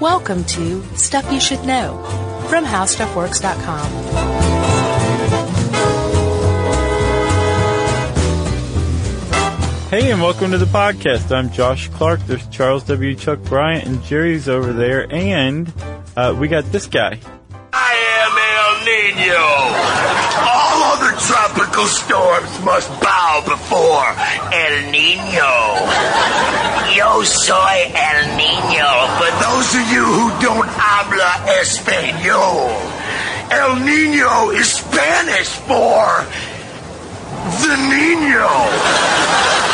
Welcome to Stuff You Should Know from HowStuffWorks.com. Hey, and welcome to the podcast. I'm Josh Clark. There's Charles W. Chuck Bryant, and Jerry's over there. And uh, we got this guy. I am El Nino. All other tropical storms must bow before El Nino. Yo soy El Nino. For those of you who don't habla español, El Nino is Spanish for the Nino.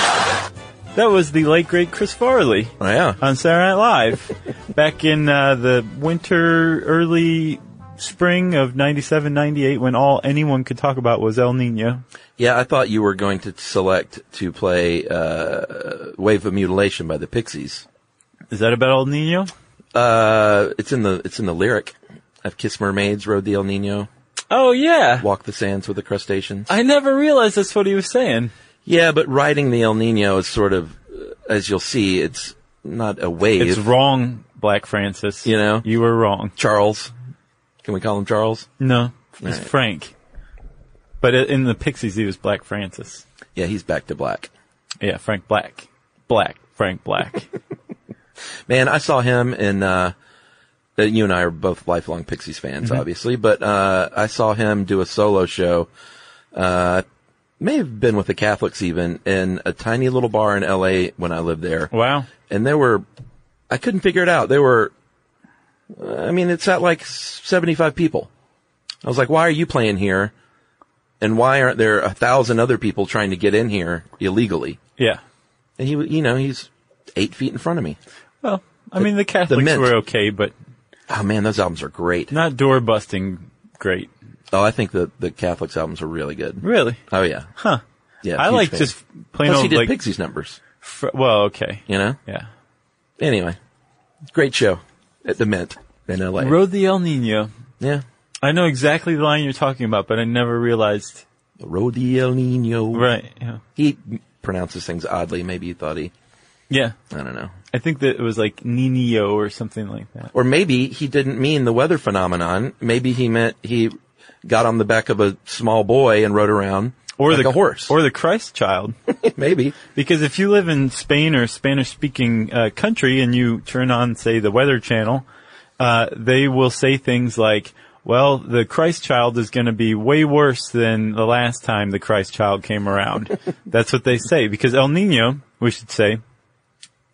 That was the late, great Chris Farley Oh, yeah. on Saturday Night Live back in uh, the winter, early spring of 97, 98, when all anyone could talk about was El Nino. Yeah, I thought you were going to select to play uh, Wave of Mutilation by the Pixies. Is that about El Nino? Uh, it's in the it's in the lyric. I've kissed mermaids, rode the El Nino, Oh, yeah. walked the sands with the crustaceans. I never realized that's what he was saying. Yeah, but riding the El Nino is sort of, uh, as you'll see, it's not a wave. It's wrong, Black Francis. You know? You were wrong. Charles. Can we call him Charles? No, it's right. Frank. But i- in the Pixies, he was Black Francis. Yeah, he's back to black. Yeah, Frank Black. Black. Frank Black. Man, I saw him in, uh, uh, you and I are both lifelong Pixies fans, obviously, but, uh, I saw him do a solo show, uh, may have been with the Catholics even, in a tiny little bar in LA when I lived there. wow. And there were, I couldn't figure it out. There were, I mean, it's at like 75 people. I was like, why are you playing here? And why aren't there a thousand other people trying to get in here illegally? Yeah. And he, you know, he's eight feet in front of me. Well, I mean, the Catholics mint. were okay, but Oh man, those albums are great. not door busting great. Oh, I think the the Catholics albums are really good. Really? Oh yeah, Huh. yeah. I huge like fan. just plain plus he old, did like, Pixies numbers. fr- well, okay. You know. Yeah. Anyway, great show at the Mint in L.A. Rode the El Nino. yeah, I know exactly the line you're talking about, but I never realized. Road the El Nino. Right. Yeah. He pronounces things oddly. Maybe he thought he. Yeah. I don't know. I think that it was like Nino or something like that. Or maybe he didn't mean the weather phenomenon. Maybe he meant he got on the back of a small boy and rode around Or like the a horse. Or the Christ child. maybe. Because if you live in Spain or Spanish speaking uh, country and you turn on, say, the Weather Channel, uh, they will say things like, well, the Christ child is going to be way worse than the last time the Christ child came around. That's what they say. Because El Nino, we should say,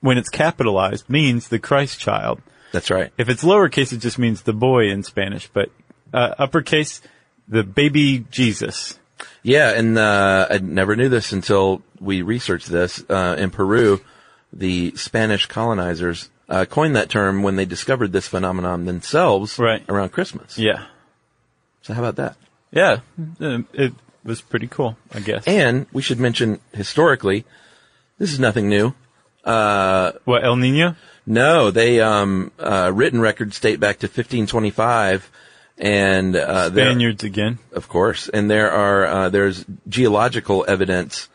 when it's capitalized, means the Christ child. That's right. If it's lowercase, it just means the boy in Spanish. But uh, uppercase, the baby Jesus. Yeah, and uh, I never knew this until we researched this. Uh, in Peru, the Spanish colonizers uh, coined that term when they discovered this phenomenon themselves Right. around Christmas. Yeah. So how about that? Yeah. Uh, It was pretty cool, I guess. And we should mention historically, this is nothing new. What El Nino? No, they um, uh, written records date back to 1525, and uh, there- Spaniards again. of course, and there are uh, there's geological evidence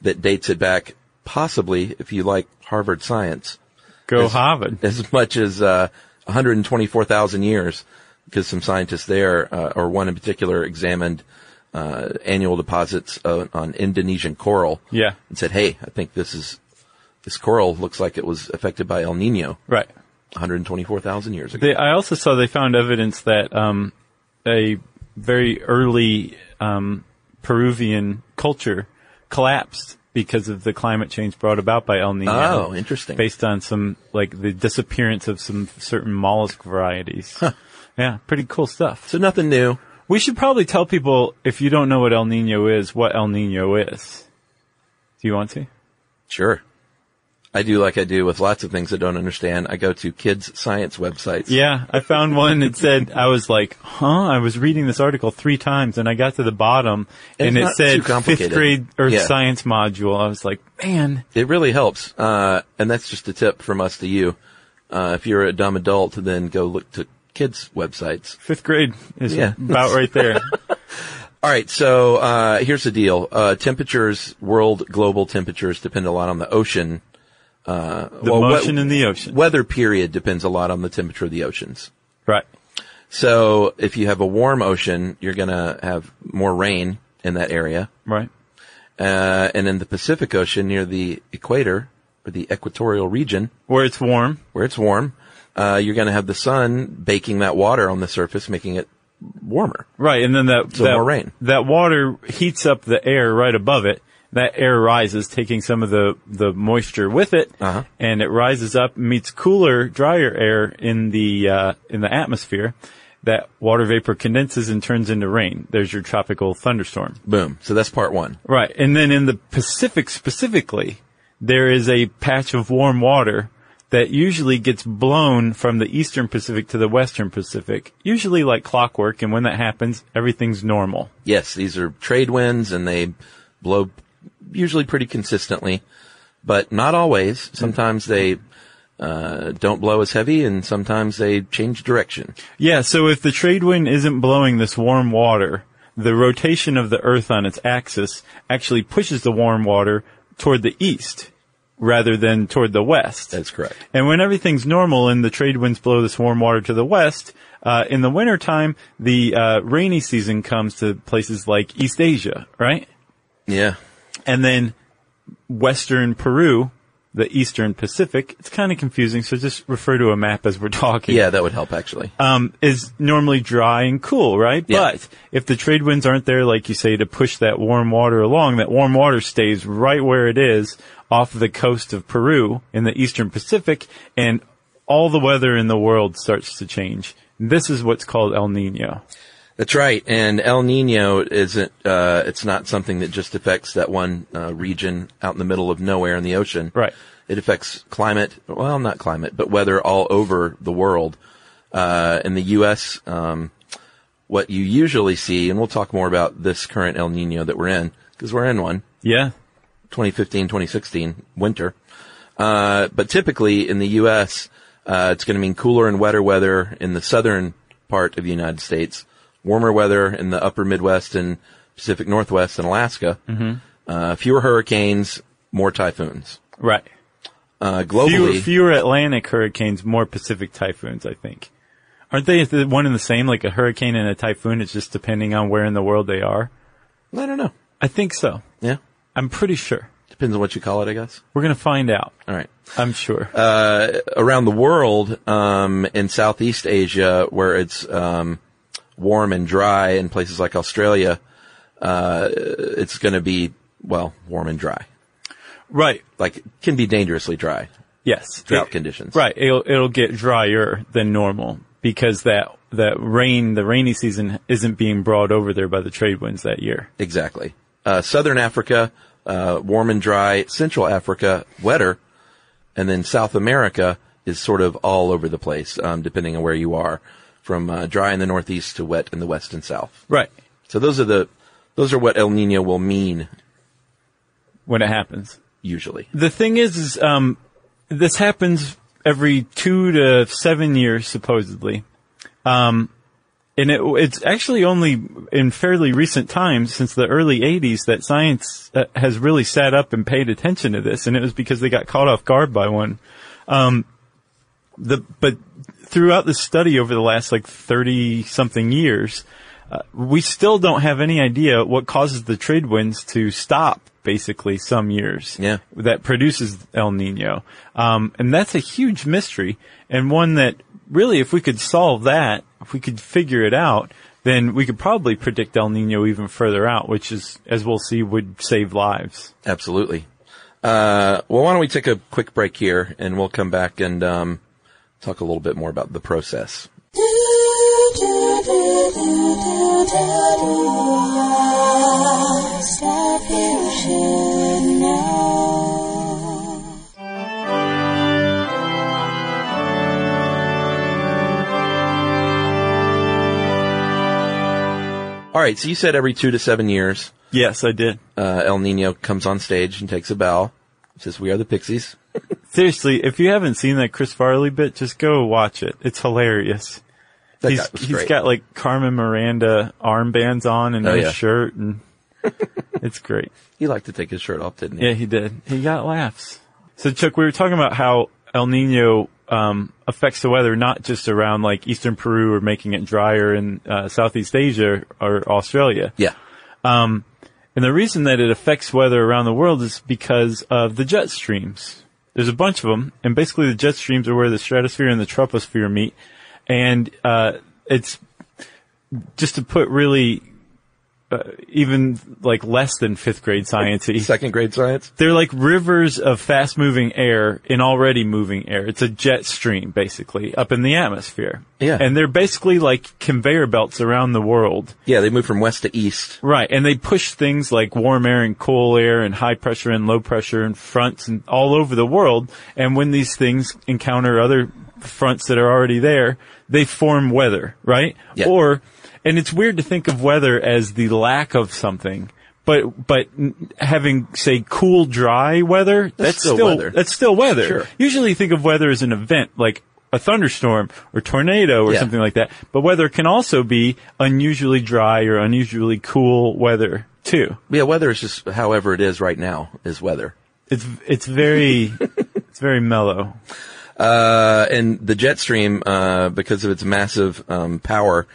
that dates it back possibly, if you like Harvard science. Go Yes. Harvard. as much as uh, 124,000 years, because some scientists there, uh, or one in particular, examined uh, annual deposits on, on Indonesian coral. Yeah. and said, "Hey, I think this is this coral looks like it was affected by El Nino Right. 124,000 years ago." They, I also saw they found evidence that um, a very early um, Peruvian culture collapsed because of the climate change brought about by El Nino. Oh, interesting. Based on some like the disappearance of some certain mollusk varieties. Yeah, pretty cool stuff. so nothing new. We should probably tell people if you don't know what El Nino is, what El Nino is. Do you want to? Sure. I do like I do with lots of things I don't understand. I go to kids' science websites. Yeah, I found one that said I was like, "Huh?" I was reading this article three times, and I got to the bottom, and It's it not said too complicated. fifth grade Earth Yeah. Science module. I was like, "Man, It really helps. Uh, and that's just a tip from us to you. Uh, if you're a dumb adult, then go look to kids' websites. fifth grade is Yeah. about right there." All right. So, uh, here's the deal. Uh, temperatures, world global temperatures depend a lot on the ocean, Uh, The motion in the ocean. Weather period depends a lot on the temperature of the oceans. Right. So if you have a warm ocean, you're going to have more rain in that area. Right. Uh, and in the Pacific Ocean near the equator or the equatorial region Where it's warm. where it's warm, uh, you're going to have the sun baking that water on the surface, making it warmer. Right. And then that, So that, more rain. that water heats up the air right above it. That air rises, taking some of the, the moisture with it. Uh-huh. And it rises up, meets cooler, drier air in the, uh, in the atmosphere. That water vapor condenses and turns into rain. There's your tropical thunderstorm. Boom. So that's part one. Right. And then in the Pacific specifically, there is a patch of warm water that usually gets blown from the eastern Pacific to the western Pacific, usually like clockwork. And when that happens, everything's normal. Yes, these are trade winds and they blow usually pretty consistently, but not always. Sometimes they uh, don't blow as heavy and sometimes they change direction. Yeah. So if the trade wind isn't blowing this warm water, the rotation of the earth on its axis actually pushes the warm water toward the east rather than toward the west. That's correct. And when everything's normal and the trade winds blow this warm water to the west, uh, in the wintertime, the uh, rainy season comes to places like East Asia, right? Yeah. And then Western Peru, the Eastern Pacific, it's kind of confusing, so just refer to a map as we're talking. Yeah, that would help actually. Um, is normally dry and cool, right? Yeah. But if the trade winds aren't there, like you say, to push that warm water along, that warm water stays right where it is off the coast of Peru in the Eastern Pacific and all the weather in the world starts to change. This is what's called El Nino. That's right. And El Nino isn't, uh, it's not something that just affects that one uh, region out in the middle of nowhere in the ocean. Right. It affects climate, well, not climate, but weather all over the world. Uh, in the U.S., um, what you usually see, and we'll talk more about this current El Nino that we're in, because we're in one, Yeah. 2015, 2016 winter. Uh, but typically in the U.S., uh, it's going to mean cooler and wetter weather in the southern part of the United States, warmer weather in the upper Midwest and Pacific Northwest and Alaska, uh, fewer hurricanes, more typhoons. Right. Uh, globally, Fewer, fewer Atlantic hurricanes, more Pacific typhoons, I think. Aren't they the one and the same? Like a hurricane and a typhoon, it's just depending on where in the world they are. I don't know. I think so. Yeah. I'm pretty sure. Depends on what you call it, I guess. We're going to find out. All right. I'm sure. Uh, around the world, um, in Southeast Asia, where it's um, warm and dry, in places like Australia, uh, it's going to be well warm and dry. right. Like it can be dangerously dry. Yes. Drought conditions. Right. It'll it'll get drier than normal because that that rain, the rainy season isn't being brought over there by the trade winds that year. Exactly. Uh, Southern Africa, uh, warm and dry. Central Africa, wetter, and then South America is sort of all over the place, um, depending on where you are, from uh, dry in the northeast to wet in the west and south. Right. So those are the those are what El Nino will mean When it happens. usually. The thing is, is um, this happens every two to seven years, supposedly. Um, and it, it's actually only in fairly recent times, since the early 80s, that science uh, has really sat up and paid attention to this. And it was because they got caught off guard by one. Um, the, but throughout the study over the last like 30 something years, uh, we still don't have any idea what causes the trade winds to stop basically some years Yeah. that produces El Nino. Um, and that's a huge mystery and one that really, if we could solve that, if we could figure it out, then we could probably predict El Nino even further out, which is, as we'll see, would save lives. Absolutely. Uh, well, why don't we take a quick break here and we'll come back and um, talk a little bit more about the process. Stuff you should know. All right, so you said every two to seven years, Yes, I did. uh, El Nino comes on stage and takes a bow, says, "We are the Pixies." Seriously, if you haven't seen that Chris Farley bit, just go watch it. It's hilarious. That he's guy was he's great. got like Carmen Miranda armbands on and Oh, no yeah. shirt and it's great. he liked to take his shirt off, didn't he? Yeah, he did. He got laughs. So Chuck, we were talking about how El Nino um, affects the weather not just around like eastern Peru or making it drier in uh, Southeast Asia or Australia. Yeah. And the reason that it affects weather around the world is because of the jet streams. There's a bunch of them, and basically the jet streams are where the stratosphere and the troposphere meet. And uh, it's just to put really uh, even like less than fifth grade sciencey. Second grade science. They're like rivers of fast moving air in already moving air. It's a jet stream basically up in the atmosphere. Yeah. And they're basically like conveyor belts around the world. Yeah, they move from west to east. Right. And they push things like warm air and cool air and high pressure and low pressure and fronts and all over the world. And when these things encounter other fronts that are already there, they form weather, right? Yeah. Or, and it's weird to think of weather as the lack of something. But, but n- having, say, cool, dry weather, that's, still weather. That's still weather. Sure. Usually you think of weather as an event, like a thunderstorm or tornado or Yeah. something like that. But weather can also be unusually dry or unusually cool weather too. Yeah, weather is just however it is right now is weather. It's it's very it's very mellow. Uh, and the jet stream, uh, because of its massive um, power,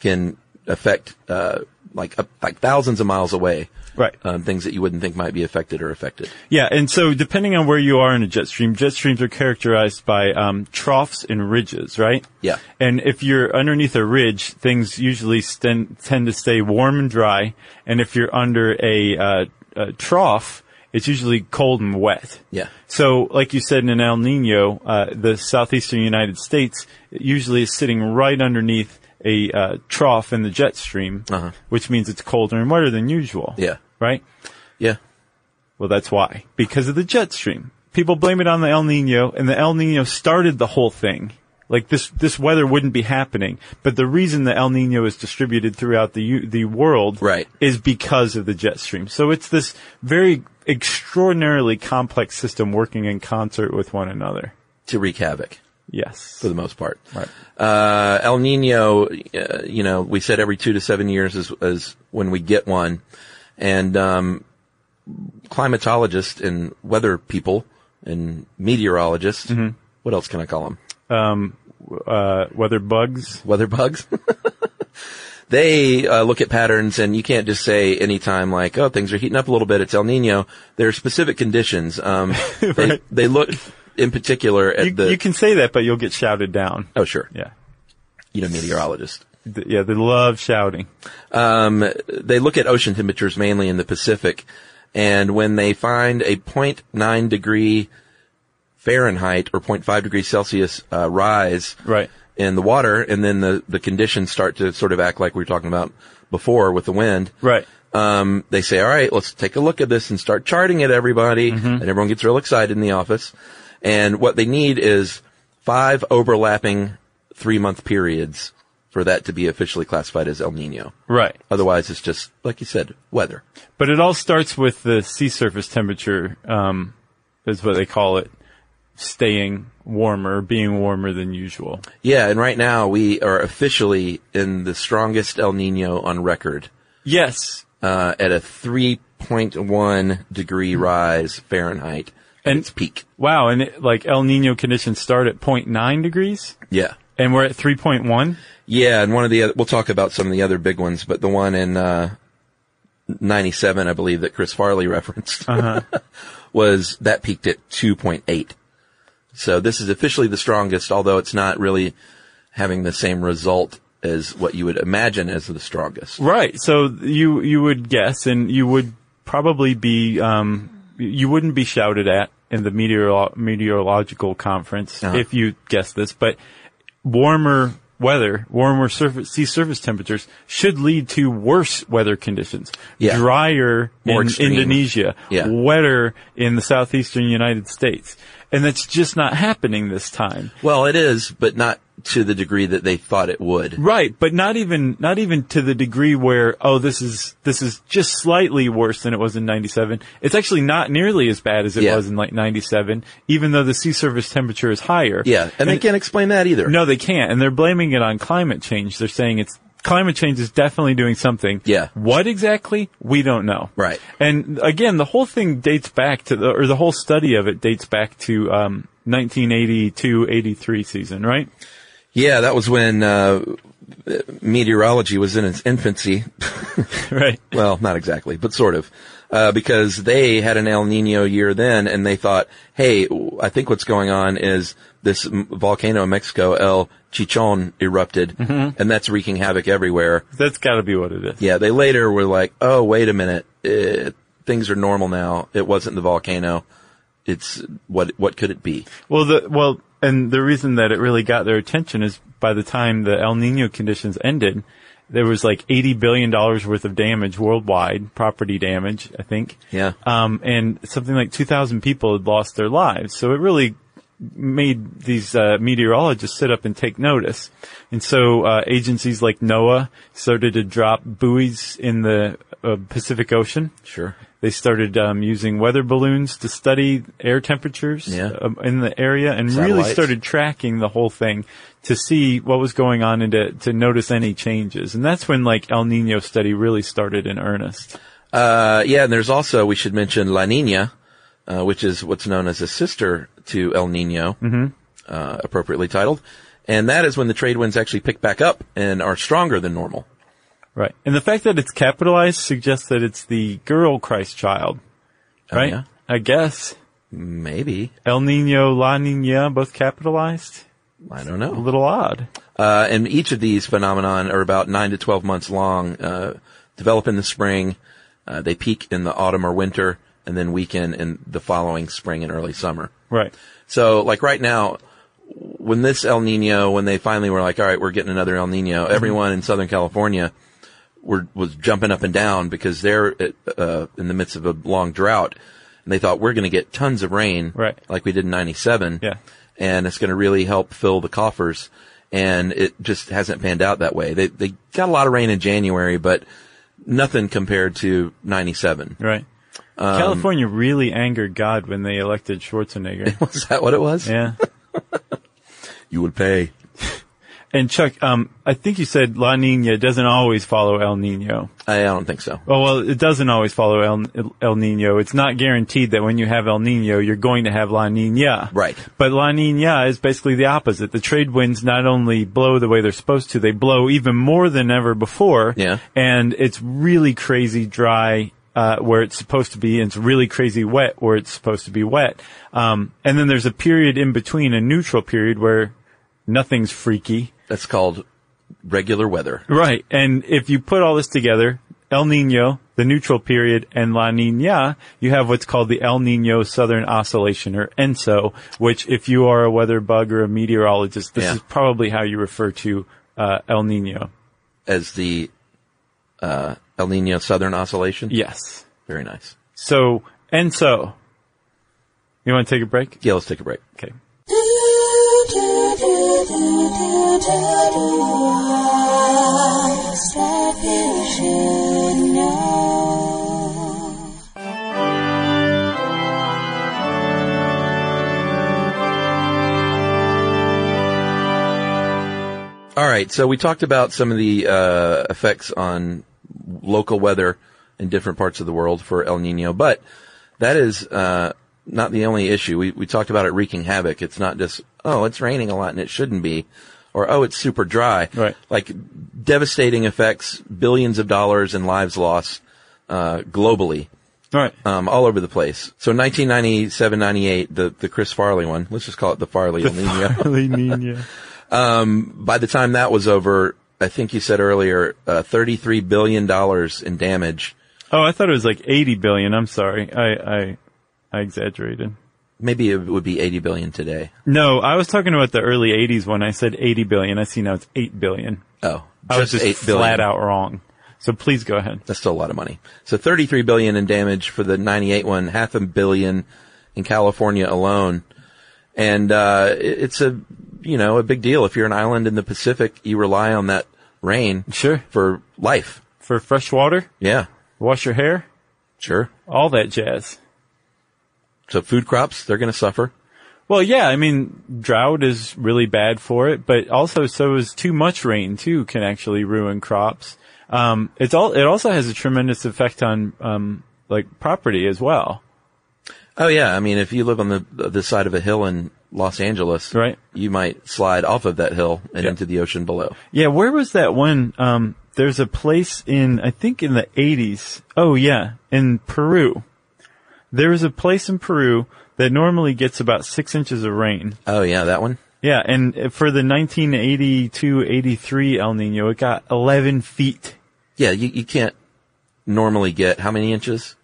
can affect uh, like up, like thousands of miles away. Right. Um, things that you wouldn't think might be affected or affected. Yeah, and so depending on where you are in a jet stream, jet streams are characterized by um, troughs and ridges, right? Yeah. And if you're underneath a ridge, things usually sten- tend to stay warm and dry. And if you're under a, uh, a trough, it's usually cold and wet. Yeah. So, like you said, in an El Nino, uh, the southeastern United States usually is sitting right underneath a uh, trough in the jet stream, Uh-huh. which means it's colder and wetter than usual. Yeah. Right? Yeah. Well, that's why. Because of the jet stream. People blame it on the El Nino, and the El Nino started the whole thing. Like this, this weather wouldn't be happening. But the reason the El Nino is distributed throughout the u- the world Right. is because of the jet stream. So it's this very extraordinarily complex system working in concert with one another. To wreak havoc Yes. for the most part. Right. Uh, El Nino, uh, you know, we said every two to seven years is, is when we get one. And, um, climatologists and weather people and meteorologists, what else can I call them? Uh, weather bugs. Weather bugs? they uh, look at patterns and you can't just say anytime like, oh, things are heating up a little bit. It's El Nino. There are specific conditions. Um, they, Right. they look in particular at You, the, you can say that, but you'll get shouted down. oh, sure. Yeah. You know, meteorologist. Th- yeah, they love shouting. um, they look at ocean temperatures mainly in the Pacific, and when they find a 0.9 degree Fahrenheit or 0.5 degrees Celsius uh, rise Right. in the water, and then the, the conditions start to sort of act like we were talking about before with the wind, Right. um, they say, all right, let's take a look at this and start charting it, everybody. And everyone gets real excited in the office. And what they need is five overlapping three month periods for that to be officially classified as El Nino. Right. Otherwise, it's just, like you said, weather. But it all starts with the sea surface temperature, um, is what they call it, staying warmer, being warmer than usual. Yeah. And right now we are officially in the strongest El Nino on record, Yes. uh, at a 3.1 degree rise Fahrenheit at And- its peak. Wow. And it, like El Nino conditions start at 0.9 degrees Yeah. and we're at 3.1. Yeah, and one of the other, we'll talk about some of the other big ones, but the one in uh, '97, I believe that Chris Farley referenced, was that peaked at 2.8. So this is officially the strongest, although it's not really having the same result as what you would imagine as the strongest. Right. So you, you would guess and you would probably be, um, you wouldn't be shouted at in the meteorolo- meteorological conference Uh-huh. if you guessed this, but warmer weather, warmer surface, sea surface temperatures should lead to worse weather conditions. Yeah. Drier More in extreme. Indonesia, Yeah. wetter in the southeastern United States. And that's just not happening this time. Well, it is, but not to the degree that they thought it would. Right, but not even not even to the degree where oh this is this is just slightly worse than it was in 97. It's actually not nearly as bad as it Yeah. was in like 97 even though the sea surface temperature is higher. Yeah, and, they can't explain that either. No, they can't and they're blaming it on climate change. They're saying it's climate change is definitely doing something. Yeah. What exactly? We don't know. Right. And again, the whole thing dates back to the, or the whole study of it dates back to, um, 1982-83 season, right? Yeah, that was when uh, meteorology was in its infancy. Right. well, not exactly, but sort of. Uh, because they had an El Nino year then, and they thought, hey, w- I think what's going on is this m- volcano in Mexico, El Chichon, erupted, and that's wreaking havoc everywhere. That's gotta be what it is. Yeah, they later were like, oh, wait a minute, eh, things are normal now. It wasn't the volcano. It's what? What could it be? Well, the well, and the reason that it really got their attention is by the time the El Nino conditions ended, there was like eighty billion dollars worth of damage worldwide, property damage, I think. Yeah. Um, and something like two thousand people had lost their lives, so it really made these uh, meteorologists sit up and take notice. And so uh, agencies like NOAA started to drop buoys in the uh, Pacific Ocean. Sure. They started um, using weather balloons to study air temperatures Yeah. um, in the area and really Satellites. started tracking the whole thing to see what was going on and to, to notice any changes. And that's when like El Nino study really started in earnest. Uh, yeah, and there's also we should mention La Nina, uh, which is what's known as a sister to El Nino, uh, appropriately titled, and that is when the trade winds actually pick back up and are stronger than normal. Right. And the fact that it's capitalized suggests that it's the girl Christ child, Oh, right? yeah. I guess. Maybe El Nino, La Nina, both capitalized. I don't A know. little odd. Uh, and each of these phenomenon are about nine to twelve months long. Uh, develop in the spring, uh, they peak in the autumn or winter, and then weaken in the following spring and early summer. Right. So like right now, when this El Nino, when they finally were like, all right, we're getting another El Nino, Mm-hmm. everyone in Southern California were, was jumping up and down because they're, uh, in the midst of a long drought and they thought we're going to get tons of rain. Right. Like we did in 97. Yeah. And it's going to really help fill the coffers. And it just hasn't panned out that way. They, they got a lot of rain in January, but nothing compared to 97. Right. Um, California really angered God when they elected Schwarzenegger. Was that what it was? yeah. You would pay. And Chuck, um, I think you said La Nina doesn't always follow El Nino. I, I don't think so. Oh well, it doesn't always follow El, El Nino. It's not guaranteed that when you have El Nino, you're going to have La Nina. Right. But La Nina is basically the opposite. The trade winds not only blow the way they're supposed to, they blow even more than ever before. Yeah. And it's really crazy dry. Uh, where it's supposed to be, and it's really crazy wet where it's supposed to be wet. Um, and then there's a period in between, a neutral period where nothing's freaky. That's called regular weather. Right. And if you put all this together, El Nino, the neutral period, and La Nina, you have what's called the El Nino Southern Oscillation, or ENSO, which if you are a weather bug or a meteorologist, this Yeah. is probably how you refer to uh, El Nino. as the uh, El Nino Southern Oscillation. Yes. Very nice. So, ENSO. You want to take a break? Yeah, let's take a break. Okay. Stuff you should know. All right. So we talked about some of the uh, effects on local weather in different parts of the world for El Nino, but that is uh, not the only issue. We we talked about it wreaking havoc. It's not just oh, it's raining a lot and it shouldn't be, or oh, it's super dry. Right. Like devastating effects, billions of dollars in lives lost uh, globally. All right. um, all over the place. So 1997, 98, the, the Chris Farley one, let's just call it the Farley El Nino. La Nina. By the time that was over, I think you said earlier, uh, $33 billion in damage, Oh, I thought it was like 80 billion. I'm sorry. I, I, I exaggerated. maybe it would be 80 billion today. No, I was talking about the early 80s when I said 80 billion. I see now it's 8 billion. Oh, I was just 8 billion. flat out wrong. So please go ahead. That's still a lot of money. So 33 billion in damage for the 98 one, half a billion in California alone. And, uh, it- it's a, you know, a big deal. If you're an island in the Pacific, you rely on that rain. Sure. For life. For fresh water, Yeah. wash your hair, Sure. all that jazz. So food crops, they're going to suffer. Well, yeah, I mean, drought is really bad for it, but also so is too much rain too can actually ruin crops. Um, it's all, it also has a tremendous effect on, um, like property as well. Oh yeah, I mean, if you live on the the side of a hill in Los Angeles, Right. you might slide off of that hill and Yeah. into the ocean below. Yeah, where was that one? Um, there's a place in, I think in the 80s. Oh yeah, in Peru. There is a place in Peru that normally gets about six inches of rain. Oh yeah, that one. Yeah, and uh, for the 1982-83 El Nino, it got 11 feet. Yeah, you you can't normally get how many inches?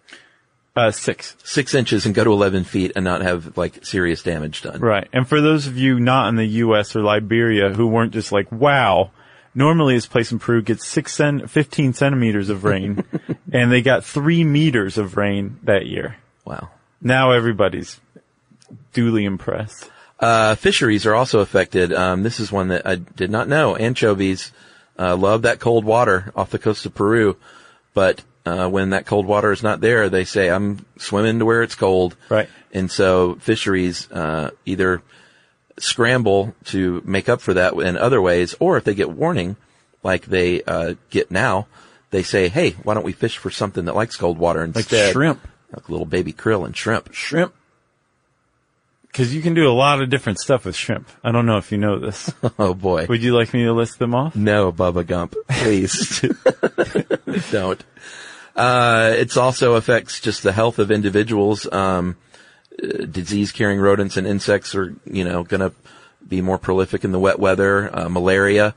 Uh, six. Six inches and go to eleven feet and not have like serious damage done. Right. And for those of you not in the U.S. or Liberia who weren't just like, wow, normally this place in Peru gets six cent- 15 centimeters of rain, and they got three meters of rain that year. Wow. Now everybody's duly impressed. Uh, fisheries are also affected. Um, this is one that I did not know. Anchovies uh, love that cold water off the coast of Peru, but uh, when that cold water is not there, they say I'm swimming to where it's cold. Right. And so fisheries uh, either scramble to make up for that in other ways, or if they get warning, like they uh, get now, they say, "Hey, why don't we fish for something that likes cold water instead?" shrimp. like little baby krill and shrimp. Shrimp. Cause you can do a lot of different stuff with shrimp. I don't know if you know this. Oh boy. Would you like me to list them off? No, Bubba Gump, please don't. Uh, it's also affects just the health of individuals. Um, disease carrying rodents and insects are, you know, gonna be more prolific in the wet weather. Uh, malaria,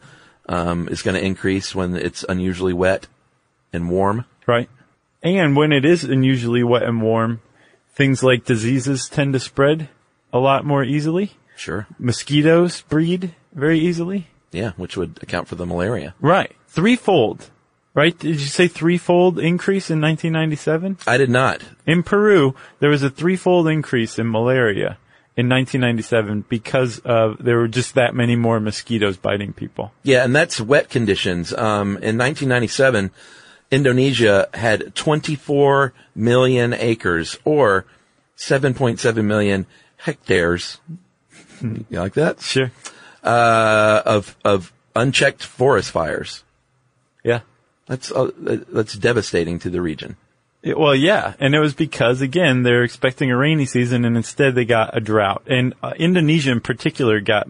um, is gonna increase when it's unusually wet and warm. Right. And when it is unusually wet and warm, things like diseases tend to spread a lot more easily. Sure. Mosquitoes breed very easily. Yeah, which would account for the malaria. Right. Threefold. Right? Did you say threefold increase in 1997? I did not. In Peru, there was a threefold increase in malaria in 1997 because of there were just that many more mosquitoes biting people. Yeah, and that's wet conditions. Um, in 1997, Indonesia had 24 million acres or 7.7 million hectares. You like that? Sure. Uh, of, of unchecked forest fires. Yeah. That's, uh, that's devastating to the region. It- well, yeah, and it was because again they're expecting a rainy season, and instead they got a drought. And uh, Indonesia, in particular, got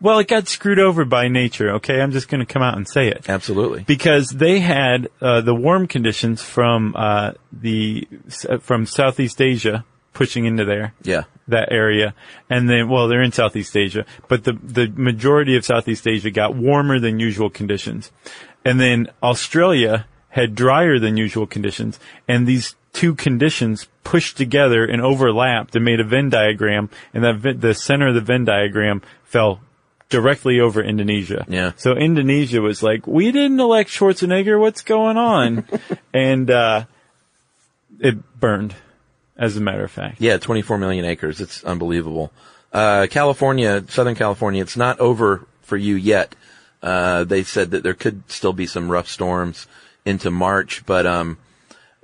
well, it got screwed over by nature. Okay, I'm just going to come out and say it Absolutely. because they had uh, the warm conditions from uh, the uh, from Southeast Asia pushing into there Yeah. that area. And then, well, they're in Southeast Asia, but the, the majority of Southeast Asia got warmer than usual conditions. And then Australia had drier than usual conditions. And these two conditions pushed together and overlapped and made a Venn diagram. And that Ven- the center of the Venn diagram fell directly over Indonesia. Yeah. So Indonesia was like, we didn't elect Schwarzenegger. What's going on? and, uh, it burned, as a matter of fact. Yeah, 24 million acres. It's unbelievable. Uh, California, Southern California, it's not over for you yet. Uh, they said that there could still be some rough storms into March, but, um,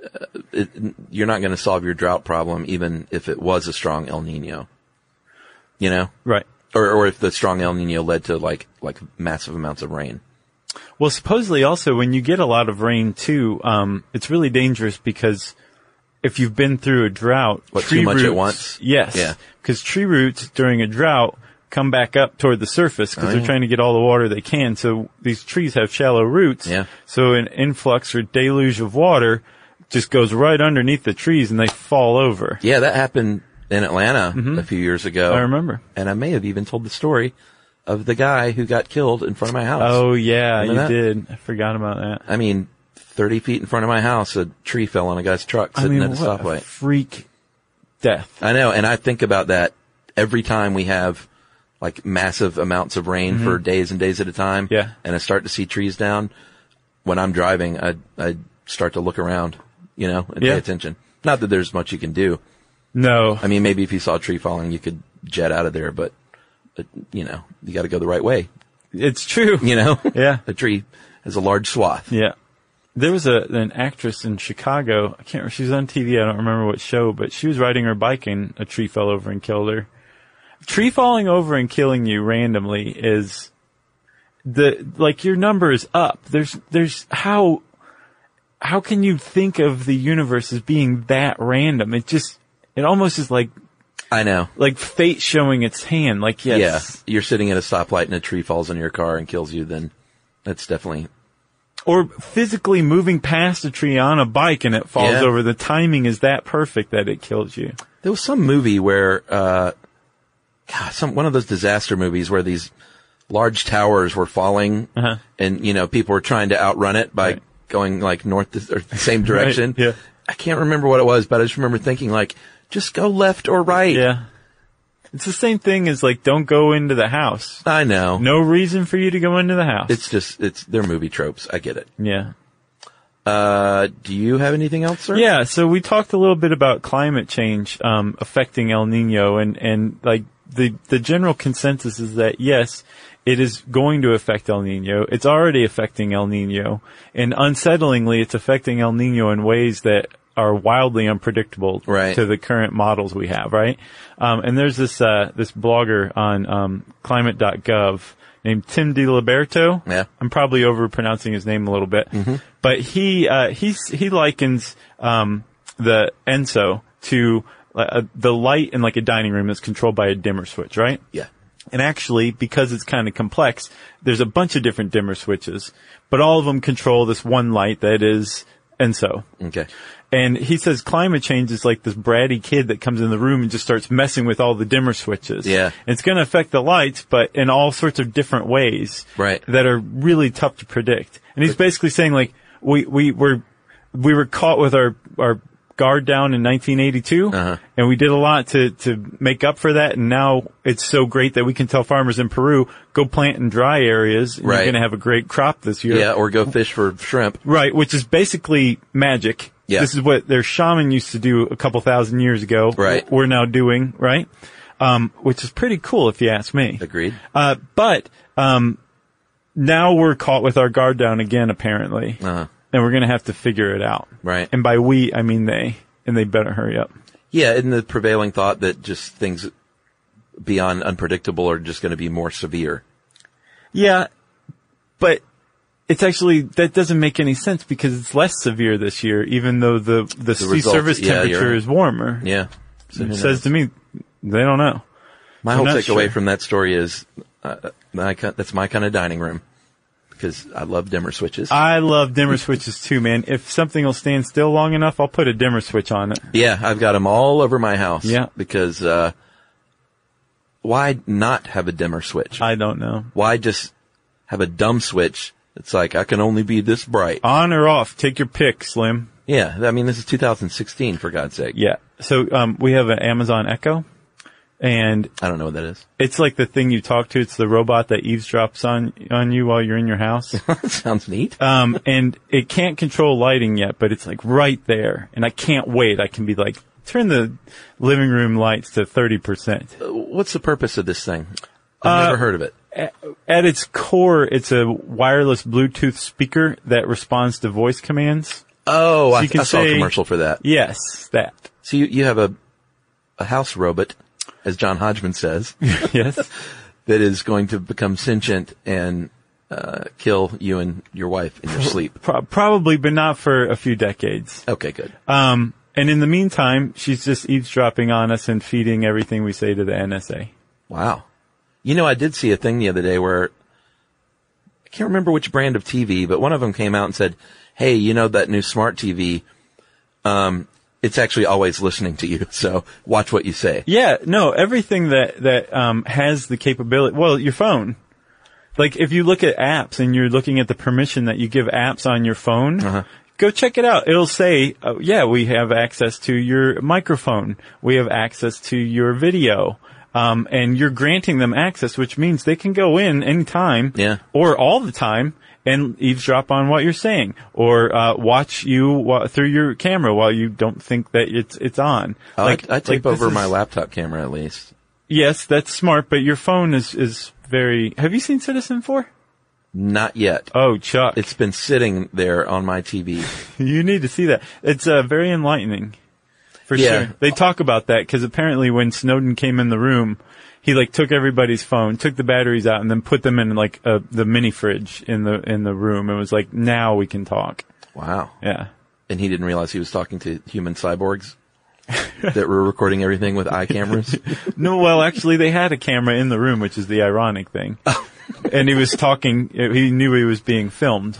uh, it, you're not going to solve your drought problem even if it was a strong El Nino. You know? Right. Or, or if the strong El Nino led to like, like massive amounts of rain. Well, supposedly also when you get a lot of rain too, um, it's really dangerous because if you've been through a drought, What, too tree much at roots, once? Yes. Yeah. Because tree roots during a drought come back up toward the surface because they're yeah. trying to get all the water they can. So these trees have shallow roots. Yeah. So an influx or deluge of water just goes right underneath the trees and they fall over. Yeah, that happened in Atlanta a few years ago. Mm-hmm. I remember. And I may have even told the story of the guy who got killed in front of my house. Oh yeah, Remember you that? did. I forgot about that. I mean, 30 feet in front of my house, a tree fell on a guy's truck I sitting mean, at a what a stoplight. freak death. I know, and I think about that every time we have like massive amounts of rain for days and days at a time. Mm-hmm. Yeah. And I start to see trees down. When I'm driving, I, I start to look around, you know, and Yeah. pay attention. Not that there's much you can do. No. I mean, maybe if you saw a tree falling, you could jet out of there, but, but you know, you got to go the right way, It's true. you know? Yeah. a tree has a large swath. Yeah. There was a an actress in Chicago. I can't. She was on TV. I don't remember what show, but she was riding her bike and a tree fell over and killed her. tree falling over and killing you randomly is the like your number is up. There's there's how how can you think of the universe as being that random? It just it almost is like I know. like fate showing its hand. Like yes, Yeah. You're sitting at a stoplight and a tree falls on your car and kills you, then that's definitely, or physically moving past a tree on a bike and it falls Yeah. over. The timing is that perfect that it kills you. there was some movie where, uh, God, some, one of those disaster movies where these large towers were falling and, you know, people were trying to outrun it by Uh-huh. Right. going like north to, or the same direction. yeah. I can't remember what it was, but I just remember thinking like, just go left or right. Yeah, it's the same thing as like don't go into the house. I know. No reason for you to go into the house. It's just, it's, they're movie tropes. I get it. yeah. Uh, do you have anything else, sir? Yeah, so we talked a little bit about climate change um, affecting El Nino, and and like the the general consensus is that yes, it is going to affect El Nino. It's already affecting El Nino, and unsettlingly, it's affecting El Nino in ways that are wildly unpredictable Right. to the current models we have, right? Um, and there's this uh, this blogger on um, climate.gov named Tim DiLiberto. Yeah. I'm probably overpronouncing his name a little bit, but he uh, he's he likens um, the Enso to uh, the light in like a dining room that's controlled by a dimmer switch, right? Yeah. And actually, because it's kind of complex, there's a bunch of different dimmer switches, but all of them control this one light that is Enso. Okay. And he says climate change is like this bratty kid that comes in the room and just starts messing with all the dimmer switches. Yeah. It's going to affect the lights, but in all sorts of different ways. Right. That are really tough to predict. And he's basically saying like, we, we were, we were caught with our, our guard down in 1982 Uh-huh. and we did a lot to, to make up for that. And now it's so great that we can tell farmers in Peru, go plant in dry areas. And Right. You're going to have a great crop this year. Yeah, or go fish for shrimp. Right, which is basically magic. Yeah. This is what their shaman used to do a couple thousand years ago. Right. We're now doing, right? Um, which is pretty cool if you ask me. Agreed. Uh, but, um, now we're caught with our guard down again, apparently. Uh-huh. And we're gonna have to figure it out. Right. And by we, I mean they. And they better hurry up. Yeah, and the prevailing thought that just things beyond unpredictable are just going to be more severe. Yeah, but it's actually that doesn't make any sense because it's less severe this year, even though the the, sea result- surface yeah, you're temperature right. is warmer. Yeah. So who It knows? says to me, they don't know. my whole I'm not takeaway sure. from that story is uh, my, ki- that's my kind of dining room because I love dimmer switches. I love dimmer switches too, man. If something will stand still long enough, I'll put a dimmer switch on it. yeah, I've got them all over my house. Yeah. Because uh, why not have a dimmer switch? I don't know. why just have a dumb switch? It's like I can only be this bright. On or off, take your pick, Slim. Yeah, I mean this is 2016 for God's sake. Yeah. So, um, we have an Amazon Echo and I don't know what that is. it's like the thing you talk to. It's the robot that eavesdrops on, on you while you're in your house. Sounds neat. Um, and it can't control lighting yet, but it's like right there. And I can't wait. I can be like, turn the living room lights to 30%. What's the purpose of this thing? I've Uh, never heard of it. At its core, it's a wireless Bluetooth speaker that responds to voice commands. Oh, I, you can I saw a say- commercial for that. Yes, that. So you, you have a a house robot, as John Hodgman says, Yes. that is going to become sentient and uh, kill you and your wife in your sleep. Pro- probably, but not for a few decades. Okay, good. Um, and in the meantime, she's just eavesdropping on us and feeding everything we say to the NSA. Wow. You know, I did see a thing the other day where I can't remember which brand of TV, but one of them came out and said, "Hey, you know that new smart TV? Um, it's actually always listening to you. So watch what you say." Yeah, no, everything that, that, um, has the capability, well, your phone. Like, if you look at apps and you're looking at the permission that you give apps on your phone, Uh-huh. go check it out. It'll say, oh, yeah, we have access to your microphone. We have access to your video. Um, and you're granting them access, which means they can go in anytime. Yeah. Or all the time and eavesdrop on what you're saying or, uh, watch you wa- through your camera while you don't think that it's, it's on. I like, I tape like, this over my is- laptop camera at least. Yes, that's smart, but your phone is, is very, have you seen Citizen 4? Not yet. Oh, Chuck, It's been sitting there on my TV. you need to see that. It's uh, very enlightening. For Yeah. sure. They talk about that because apparently when Snowden came in the room, he like took everybody's phone, took the batteries out, and then put them in like a, the mini fridge in the in the room. It was like now we can talk. Wow. Yeah. And he didn't realize he was talking to human cyborgs that were recording everything with eye cameras. No, well, actually, they had a camera in the room, which is the ironic thing. and he was talking. He knew he was being filmed.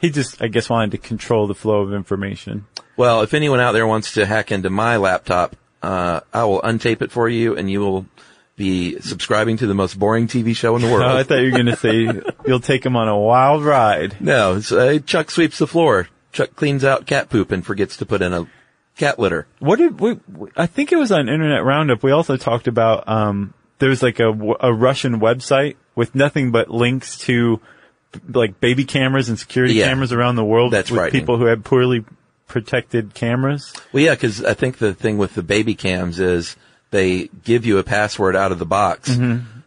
He just, I guess, wanted to control the flow of information. well, if anyone out there wants to hack into my laptop, uh, I will untape it for you and you will be subscribing to the most boring TV show in the world. Oh, I thought you were going to say you'll take him on a wild ride. no, it's, uh, Chuck sweeps the floor. Chuck cleans out cat poop and forgets to put in a cat litter. What did we, we- I think it was on Internet Roundup. We also talked about um, there was like a, w- a Russian website with nothing but links to like baby cameras and security Yeah. cameras around the world. That's with frightening. people who had poorly protected cameras. Well, yeah, because I think the thing with the baby cams is they give you a password out of the box,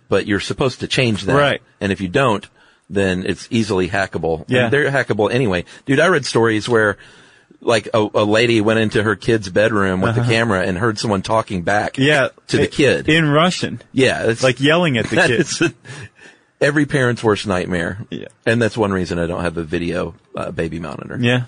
but you're supposed to change that. Mm-hmm. Right. And if you don't, then it's easily hackable. And Yeah. they're hackable anyway. Dude, I read stories where like a, a lady went into her kid's bedroom with the camera and heard someone talking back Uh-huh. Yeah, to the i- kid. in Russian, yeah. It's like yelling at the that kid. is every parent's worst nightmare. Yeah. And that's one reason I don't have a video uh, baby monitor. Yeah.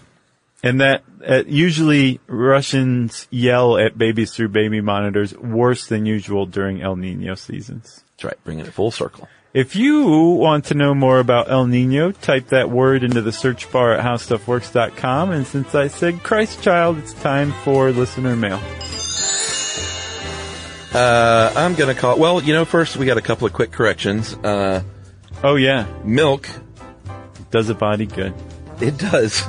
And that uh, usually Russians yell at babies through baby monitors worse than usual during El Nino seasons. That's right. Bringing it full circle. If you want to know more about El Nino, type that word into the search bar at howstuffworks.com. And since I said Christ child, it's time for listener mail. Uh, I'm gonna call. Well, you know, first we got a couple of quick corrections. Uh, Oh yeah, milk, does a body good. it does.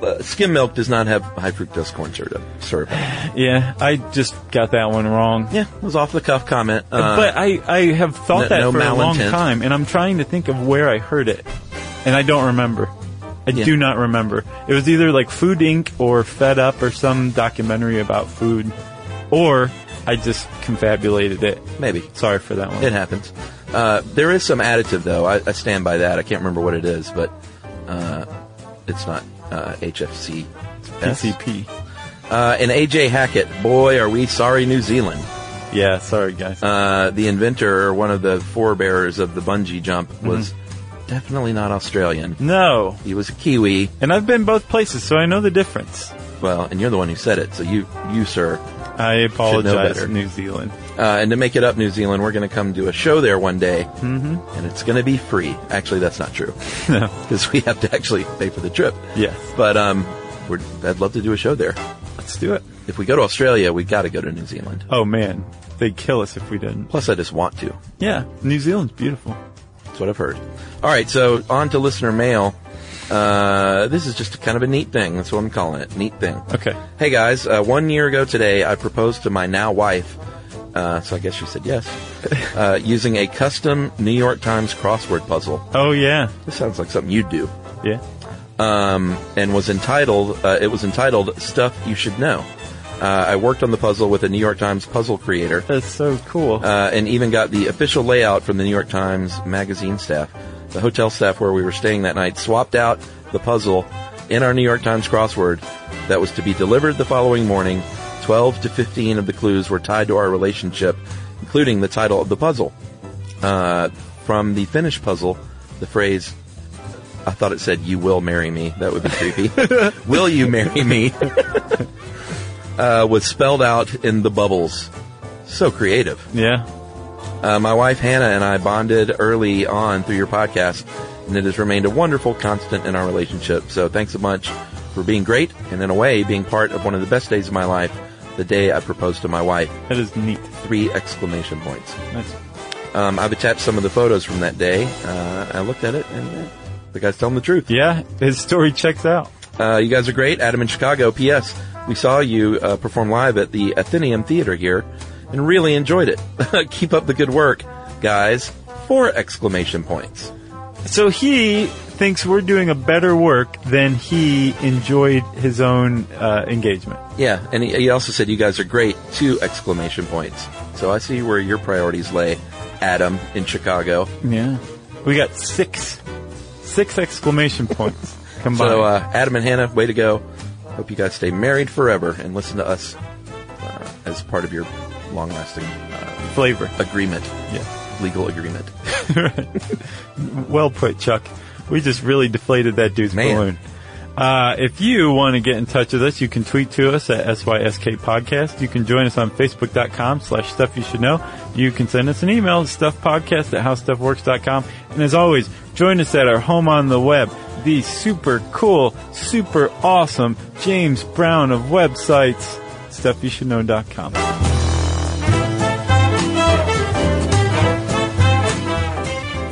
Uh, skim milk does not have high fructose corn syrup. syrup. Yeah, I just got that one wrong. Yeah, it was off the cuff comment. Uh, but I, I have thought no- that no for a long malintent. time, and I'm trying to think of where I heard it, and I don't remember. I Yeah. do not remember. It was either like Food Inc. or Fed Up or some documentary about food, or I just confabulated it. maybe Sorry for that one. it happens. Uh, there is some additive though. I, I stand by that. I can't remember what it is, but uh, it's not uh, HFC. PCP. Uh, and AJ Hackett, boy, are we sorry, New Zealand. Yeah, sorry guys. Uh, the inventor or one of the forebearers of the bungee jump was definitely not Australian. no, He was a Kiwi. and I've been both places, so I know the difference. Well, and you're the one who said it, so you, you, sir. I apologize, better. New Zealand. Uh, and to make it up, New Zealand, we're going to come do a show there one day, mm-hmm. and it's going to be free. Actually, that's not true, No. because we have to actually pay for the trip. Yes. But um, we're, I'd love to do a show there. Let's do it. If we go to Australia, we got to go to New Zealand. Oh man, they'd kill us if we didn't. Plus, I just want to. Yeah, New Zealand's beautiful. That's what I've heard. All right, so on to listener mail. Uh, this is just kind of a neat thing. That's what I'm calling it. Neat thing. Okay. Hey guys, uh, one year ago today, I proposed to my now wife. Uh, so I guess she said yes. Uh, using a custom New York Times crossword puzzle. Oh yeah, This sounds like something you'd do. yeah. Um, and was entitled. Uh, it was entitled "Stuff You Should Know." Uh, I worked on the puzzle with a New York Times puzzle creator. That's so cool. uh, and even got the official layout from the New York Times magazine staff. The hotel staff where we were staying that night swapped out the puzzle in our New York Times crossword that was to be delivered the following morning. 12 to 15 of the clues were tied to our relationship, including the title of the puzzle. Uh, from the finished puzzle, the phrase, I thought it said, you will marry me. That would be creepy. will you marry me? uh, was spelled out in the bubbles. So creative. yeah. Uh, my wife Hannah and I bonded early on through your podcast, and it has remained a wonderful constant in our relationship. So thanks a bunch for being great, and in a way, being part of one of the best days of my life, the day I proposed to my wife. That is neat. Three exclamation points. That's, Um, I've attached some of the photos from that day. Uh, I looked at it, and uh, the guy's telling the truth. yeah, his story checks out. Uh, you guys are great. Adam in Chicago. P.S. We saw you uh, perform live at the Athenaeum Theater here and really enjoyed it. Keep up the good work, guys. Four exclamation points. So he thinks we're doing a better work than he enjoyed his own uh, engagement. Yeah, and he, he also said you guys are great. Two exclamation points. So I see where your priorities lay, Adam in Chicago. Yeah. We got six, six exclamation points combined. So uh, Adam and Hannah, way to go. Hope you guys stay married forever and listen to us uh, as part of your long lasting uh, Flavor. agreement, Yeah. legal agreement. Well put, Chuck. We just really deflated that dude's Man. balloon. Uh, if you want to get in touch with us, you can tweet to us at SYSK Podcast. You can join us on Facebook.com slash Stuff You Should Know. You can send us an email, stuffpodcast at HowStuffWorks.com. And as always, join us at our home on the web, the super cool, super awesome James Brown of websites, StuffYouShouldKnow.com.